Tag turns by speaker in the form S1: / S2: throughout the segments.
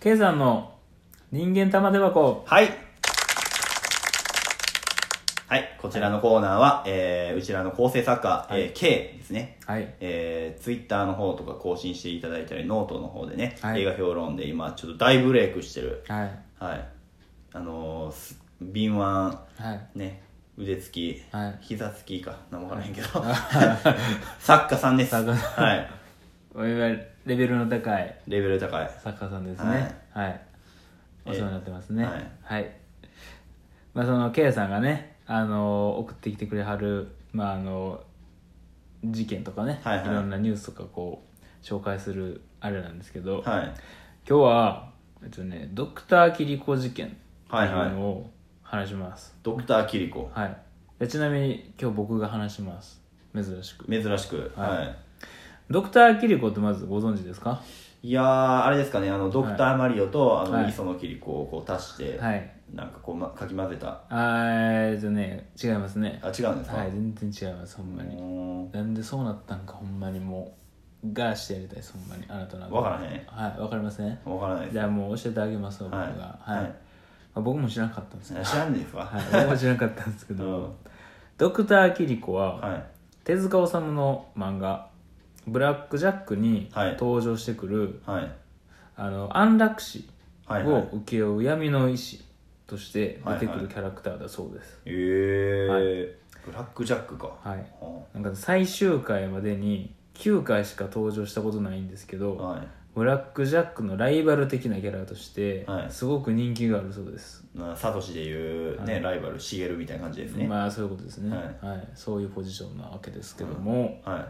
S1: K さんの人間玉手箱
S2: はい。はい、こちらのコーナーは、えー、うちらの構成作家、
S1: はい
S2: えー K ですね。
S1: はい
S2: えー、ツイッターの方とか更新していただいたり、ノートの方でね、
S1: はい
S2: 映画評論で今、ちょっと大ブレイクしてる。
S1: はい
S2: はい。あのーす、敏腕、
S1: はい
S2: ね、腕つき、
S1: はい
S2: 膝つきか、なんもわからへんけど、 作家さんです。
S1: 作家さん
S2: はい。
S1: 我々レベルの高い
S2: レベル高い。
S1: 作家さんですねはい、お世話になってますね
S2: えー
S1: はい、まあその K さんがねあの送ってきてくれはるまああの事件とかね、
S2: はいはい
S1: ろんなニュースとかこう紹介するあれなんですけど、
S2: はい。
S1: 今日はえっとねドクターキリコ事件って
S2: はいいはいう
S1: のを話します
S2: ドクターキリコ。
S1: はい、でちなみに今日僕が話します珍しく
S2: 珍しく。
S1: はい
S2: はい
S1: ドクターキリコってまずご存知ですか
S2: いやーあれですかねあのドクターマリオと、あ
S1: は
S2: の
S1: い
S2: 磯野キリコをこう足して、
S1: はい
S2: なんかこう、ま、かき混ぜた
S1: あーえっとね違いますね
S2: あ違うんですか、
S1: はい全然違いますほんま
S2: う
S1: に
S2: ーん
S1: なんでそうなったんかほんまにもうがしてやりたいですほんまにあなたなん
S2: わからへん
S1: はいわかりません
S2: わからないで
S1: じ
S2: す
S1: ゃあもう教えてあげますわ僕
S2: はい
S1: がはい、
S2: はい
S1: まあ、僕も知らなかったんですけど、
S2: 知らんねんですか、
S1: はい、僕も知らなかったんですけ
S2: う
S1: ど、
S2: ん
S1: ドクターキリコは、
S2: はい
S1: 手塚治虫の漫画「ブラック・ジャック」に
S2: はい
S1: 登場してくる、
S2: はい
S1: あの安楽死
S2: はいは
S1: を
S2: い
S1: 請け負う闇の医師として出て
S2: は
S1: く
S2: いは
S1: る
S2: い
S1: キャラクターだそうです、
S2: えーブラックジャックか、
S1: はい
S2: は
S1: なんか最終回までに9回しか登場したことないんですけ
S2: い
S1: ど
S2: は
S1: ブラック・ジャックのライバル的なキャラとして
S2: はい
S1: すごく人気があるそうです、
S2: いなサトシでいう、ね
S1: はい
S2: ライバルシゲルみたいな感じですね、
S1: まあそういうことですね、
S2: は
S1: はいそういうポジションなわけですけども、
S2: は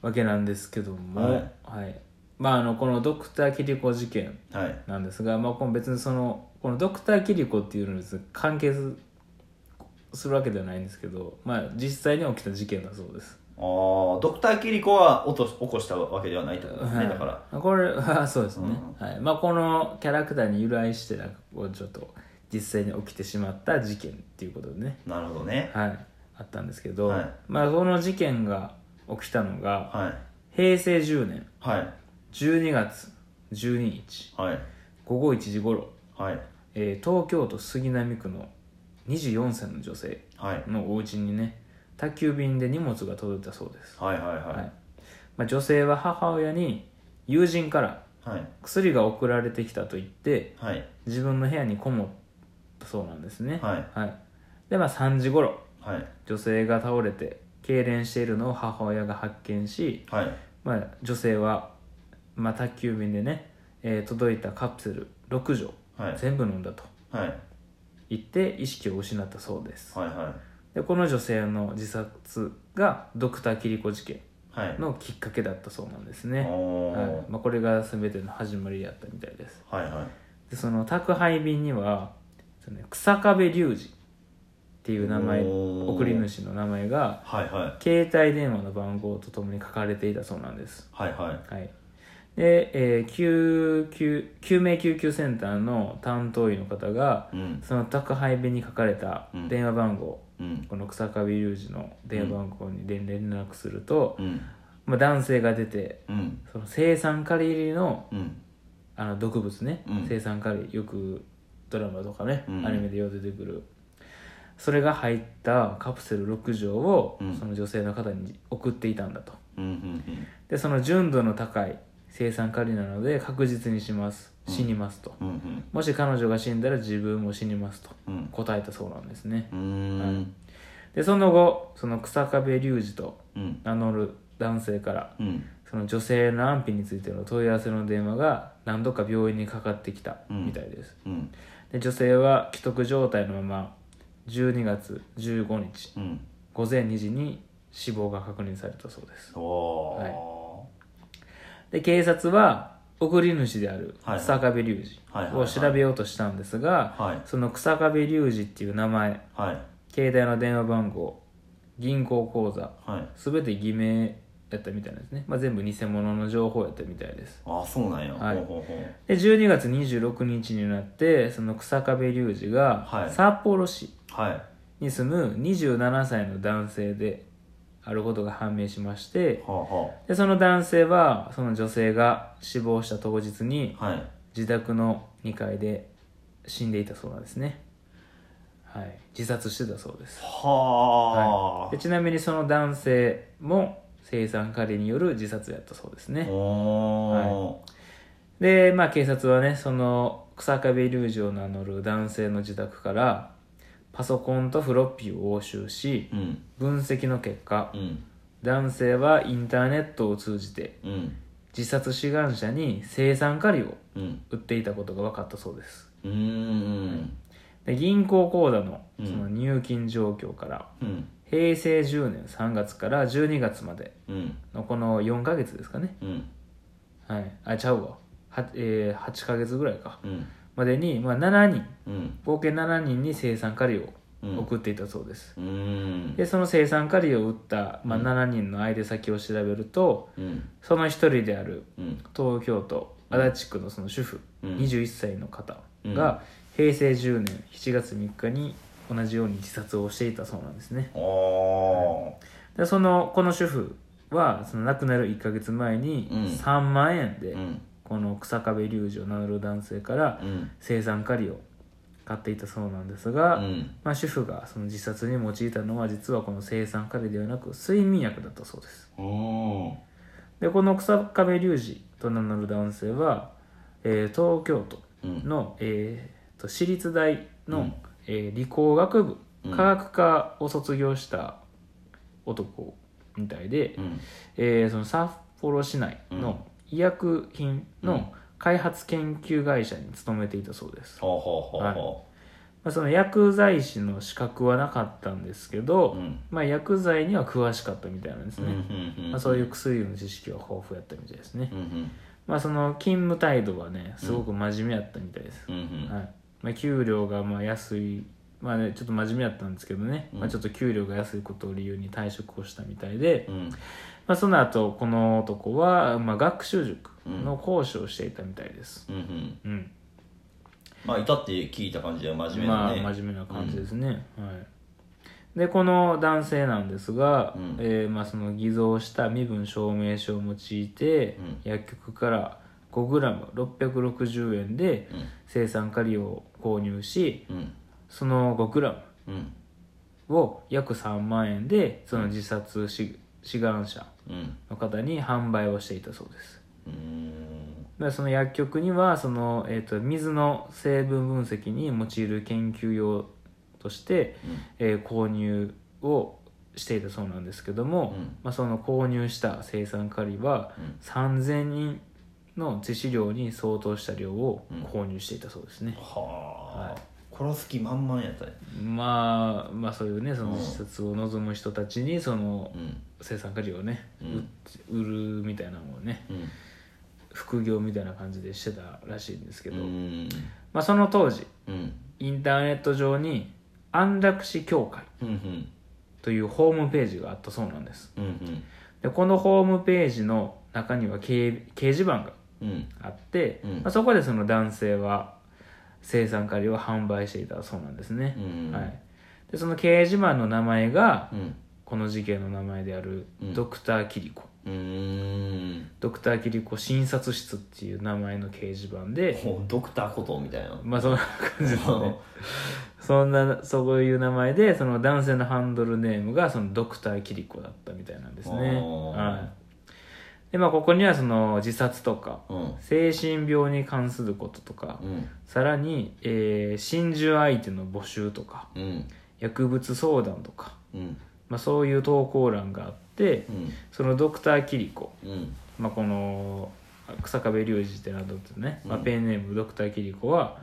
S1: わけなんですけども、は
S2: はい
S1: まああのこのドクター・キリコ事件
S2: いはい
S1: なんですが、まあ、この別にそのこのドクター・キリコっていうのに関係すするわけではないんですけど、まあ、実際に起きた事件だそうです。
S2: あードクターキリコは落とし起こしたわけではないってことですね、だから
S1: らこれ はそうですね、
S2: う
S1: はいまあ、このキャラクターに由来してなんかこうちょっと実際に起きてしまった事件っていうことでね、
S2: なるほどね
S1: はい、あったんですけど、
S2: はい
S1: まあ、この事件が起きたのが
S2: はい
S1: 平成10年
S2: はい
S1: 12月12日
S2: はい
S1: 午後1時頃、
S2: はい
S1: えー東京都杉並区の24歳の女性
S2: はい
S1: のお家にね宅急便で荷物が届いたそうです、
S2: はいはい
S1: は
S2: はい
S1: まあ、女性は母親に友人から
S2: いはい
S1: 薬が送られてきたと言って
S2: はい
S1: 自分の部屋にこもったそうなんですね
S2: はい
S1: はい、でまあ3時頃
S2: はい
S1: 女性が倒れて痙攣しているのを母親が発見し
S2: はい
S1: まあ、女性は、まあ、宅急便でね、えー届いたカプセル6錠、
S2: はい
S1: 全部飲んだと
S2: はい
S1: 言って意識を失ったそうです、
S2: はいは
S1: でこの女性の自殺がドクターキリコ事件
S2: いはい
S1: のきっかけだったそうなんです
S2: お
S1: ね、
S2: おー
S1: はいまあ、これが全ての始まりやったみたいです
S2: はいはい
S1: でその宅配便にはそのね草壁隆二っていう名前
S2: おー
S1: 送り主の名前が
S2: はいはい
S1: 携帯電話の番号とともに書かれていたそうなんです
S2: はいはい
S1: はい、で、えー救急救命救急センターの担当医の方が
S2: うん
S1: その宅配便に書かれた
S2: うん
S1: 電話番号、
S2: うん
S1: この草壁隆二の電話番号に連連絡すると、
S2: うん
S1: まあ、男性が出て
S2: うん
S1: その青酸カリ入りの
S2: うん
S1: あの毒物ね、
S2: うん
S1: 青酸カリよくドラマとかね、
S2: うん
S1: アニメでよう出てくるそれが入ったカプセル6錠を、
S2: うん
S1: その女性の方に送っていたんだと
S2: うんうん
S1: でその純度の高い生産カリなので確実にします死にますと、
S2: うんうん
S1: もし彼女が死んだら自分も死にますと
S2: うん
S1: 答えたそうなんですね
S2: うーん
S1: でその後その草壁隆二と
S2: うん
S1: 名乗る男性から
S2: うん
S1: その女性の安否についての問い合わせの電話が何度か病院にかかってきたみたいです、
S2: うん
S1: で女性は既得状態のまま12月15日
S2: うん
S1: 午前2時に死亡が確認されたそうです
S2: おお
S1: で警察は送り主である
S2: はい
S1: 草壁隆
S2: はいはい
S1: 二を
S2: はい
S1: 調べようとしたんですが、
S2: はい
S1: その草壁隆二っていう名前
S2: はい
S1: 携帯の電話番号銀行口座
S2: はい
S1: 全て偽名やったみたいなんですね、まあ、全部偽物の情報やったみたいです
S2: あーそうなんや
S1: はい
S2: ほうほうほう
S1: で12月26日になってその草壁隆二
S2: は
S1: が
S2: い
S1: 札幌市
S2: はい
S1: に住む27歳の男性であることが判明しまして
S2: は
S1: でその男性はその女性が死亡した当日に
S2: あはあはい
S1: 自宅の2階で死んでいたそうなんですね、はい、自殺してたそうです、
S2: はあ、
S1: はい、でちなみにその男性も生産カリによる自殺やったそうですね、
S2: お
S1: で、まあ、警察はねその草壁隆二を名乗る男性の自宅からパソコンとフロッピーを押収し
S2: ーうん
S1: 分析の結果
S2: うん
S1: 男性はインターネットを通じて
S2: うん
S1: 自殺志願者に青酸カリを
S2: うん
S1: 売っていたことが分かったそうです
S2: うーん
S1: で銀行口座の
S2: うん
S1: その入金状況から、
S2: うん
S1: 平成10年3月から12月まで
S2: うん
S1: のこの4ヶ月ですかね
S2: うん
S1: はいあちゃうわは、えー、8ヶ月ぐらいか
S2: うん
S1: までに、まあ、7人
S2: うん
S1: 合計7人に生産カリを
S2: うん
S1: 送っていたそうです、
S2: うん
S1: でその生産カリを売った、まあ、7人の相手先を調べると
S2: うん
S1: その1人である
S2: うん
S1: 東京都足立区のその主婦、
S2: うん
S1: 21歳の方が平成10年7月3日に同じように自殺をしていたそうなんですね
S2: お
S1: でそのこの主婦はその亡くなる1ヶ月前に
S2: うん
S1: 3万円で、
S2: ーうん
S1: この草壁隆二を名乗る男性から
S2: うん
S1: 生産カリを買っていたそうなんですが、
S2: うん
S1: まあ、主婦がその自殺に用いたのは実はこの生産カリではなく睡眠薬だったそうです
S2: うん
S1: でこの草壁隆二と名乗る男性は、えー東京都
S2: うん
S1: の、えーと私立大の、
S2: うん
S1: えー理工学部
S2: うん
S1: 科学科を卒業した男みたいで、
S2: うん
S1: えーその札幌市内の医薬品
S2: うん
S1: の開発研究会社に勤めていたそうです、
S2: ほうほうほうほ
S1: まあ、その薬剤師の資格はなかったんですけど、
S2: ううん
S1: まあ、薬剤には詳しかったみたいなんです
S2: うんう
S1: ね、
S2: ん
S1: まあ、そういう薬の知識は豊富やったみたいですね、
S2: うんうん
S1: まあ、その勤務態度はねすごく真面目やったみたいです、
S2: うんうん
S1: はいまあ、給料がまあ安い、まあね、ちょっと真面目だったんですけどね、
S2: うん
S1: まあ、ちょっと給料が安いことを理由に退職をしたみたいで、
S2: うん
S1: まあ、その後この男はまあ学習塾の講師をしていたみたいです、
S2: うんうん
S1: うん
S2: まあいたって聞いた感じで真面目
S1: ま
S2: な
S1: あ
S2: ね
S1: 真面目な感じですね、はいでこの男性なんですが、
S2: うん
S1: えーまあ、その偽造した身分証明書を用いて、
S2: うん
S1: 薬局から 5g660 円で生産カリを購入し
S2: うんうん
S1: その 5g
S2: うん
S1: を約3万円でその自殺し志願者
S2: うん
S1: の方に販売をしていたそうです
S2: うーん
S1: でその薬局にはその、えー、と水の成分分析に用いる研究用として、えー購入をしていたそうなんですけども、
S2: うん
S1: まあ、その購入した生産カリは
S2: うん
S1: 3000人の致死量に相当した量を
S2: うん
S1: 購入していたそうですね、
S2: はあ殺す気満々やったね
S1: まあまあそういうねその
S2: うん
S1: 自殺を望む人たちにその
S2: うん
S1: 生産カリをね、
S2: うん
S1: 売売るみたいなのをね
S2: うん
S1: 副業みたいな感じでしてたらしいんですけ
S2: う
S1: ど、
S2: ん
S1: まあ、その当時
S2: うん
S1: インターネット上に安楽死協会
S2: うんうん
S1: というホームページがあったそうなんです
S2: うん
S1: でこのホームページの中には掲掲示板が
S2: うんうん
S1: あって、
S2: うん
S1: まあ、そこでその男性は生産カリを販売していたそうなんですね、
S2: うん
S1: はい、でその掲示板の名前が
S2: うん
S1: この事件の名前である
S2: うん
S1: ドクターキリコ、
S2: うーん
S1: ドクターキリコ診察室っていう名前の掲示板で、
S2: もうドクターことみたいな
S1: まあそんな感じですね。そんな、そういう名前で、その男性のハンドルネームが、そのドクターキリコだったみたいなんですね。
S2: おー
S1: はい。で、まあここにはその自殺とか、
S2: うん
S1: 精神病に関することとか、
S2: うん
S1: さらに、えー、心中相手の募集とか、
S2: うん
S1: 薬物相談とか、
S2: うん
S1: まあそういう投稿欄があって
S2: う、ん
S1: そのドクターキリコ、
S2: うん
S1: まあ、この草壁隆二ってなどってね、まあ、
S2: うん
S1: ペンネームドクターキリコは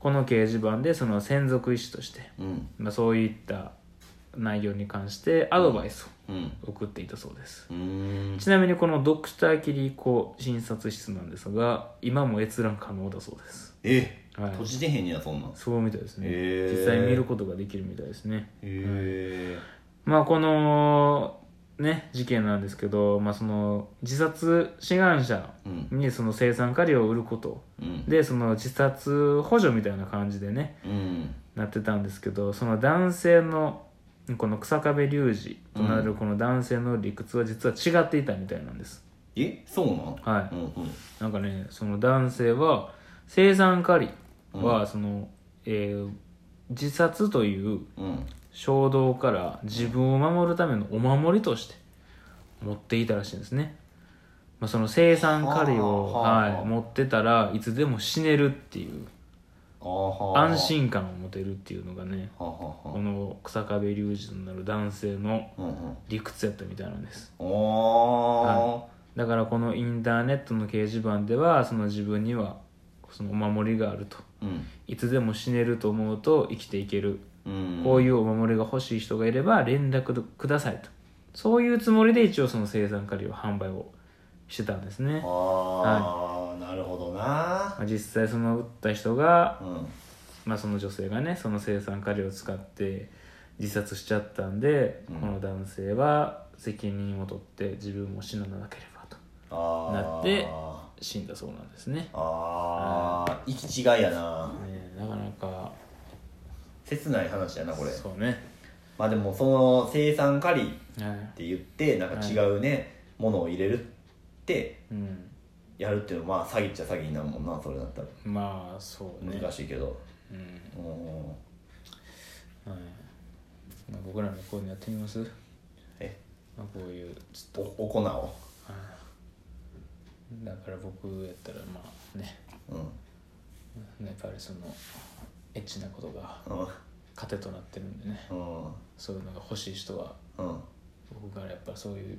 S1: この掲示板でその専属医師として、
S2: うん
S1: まあ、そういった内容に関してアドバイス
S2: うん
S1: を送っていたそうです、
S2: うーん
S1: ちなみにこのドクターキリコ診察室なんですが今も閲覧可能だそうです
S2: え
S1: はい
S2: 閉じてへんねやそんなんへ
S1: そうみたいですね、
S2: へー
S1: 実際見ることができるみたいですね
S2: え
S1: まあこのね事件なんですけど、まあ、その自殺志願者
S2: うん
S1: にその生産カリを売ること
S2: うん
S1: でその自殺補助みたいな感じでね
S2: うん
S1: なってたんですけどその男性のこの草壁隆二となるこの男性の理屈は実は違っていたみたいなんです、
S2: えそうなん
S1: は
S2: う
S1: い
S2: んうん
S1: なんかねその男性は生産カリはその、えー自殺という
S2: うん
S1: 衝動から自分を守るためのお守りとして持っていたらしいんですね、まあ、その生産カリを、
S2: はあはあ
S1: はい、持ってたらいつでも死ねるっていう
S2: あーはー
S1: 安心感を持てるっていうのがね
S2: はーはー
S1: こ
S2: はー
S1: の草壁隆二となる男性の
S2: うんうん
S1: 理屈やったみたいなんです
S2: お
S1: だからこのインターネットの掲示板ではその自分にはそのお守りがあると
S2: ーうん
S1: いつでも死ねると思うと生きていける
S2: うん
S1: こういうお守りが欲しい人がいれば連絡くださいとそういうつもりで一応その生産カリを販売をしてたんですね
S2: ああなるほどな
S1: まあ実際その打った人が、
S2: うん
S1: まあ、その女性がねその生産カリを使って自殺しちゃったんで、
S2: うん
S1: この男性は責任を取って自分も死ななければと
S2: ああ
S1: なって死んだそうなんですね
S2: ああ行き違いやな
S1: ねなかなか
S2: 切ない話やなこれ
S1: そうね
S2: まあでもその生産カリ
S1: はい
S2: って言ってなんか違うね、ものを入れるって
S1: うん
S2: やるっていうのはまあ詐欺っちゃ詐欺になるもんなそれだったら
S1: まあそうね
S2: 難しいけど、
S1: うん
S2: うん
S1: はい、まあ、僕らもこういうのやってみます、
S2: え
S1: まあ、こういうち
S2: おお粉を
S1: ょっとだから僕やったらまあね
S2: うん
S1: やっぱりそのエッチなことが
S2: うん
S1: 糧となってるんでね
S2: うん
S1: そういうのが欲しい人は
S2: うん
S1: 僕からやっぱそういう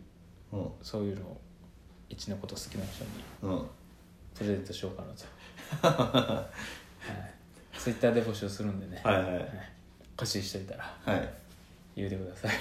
S2: うん
S1: そういうのをエッチなこと好きな人に
S2: うん
S1: プレゼントしようかなと はいツイッターで募集するんでね、
S2: はいはい
S1: はい欲しい人いたら
S2: はい
S1: 言うてください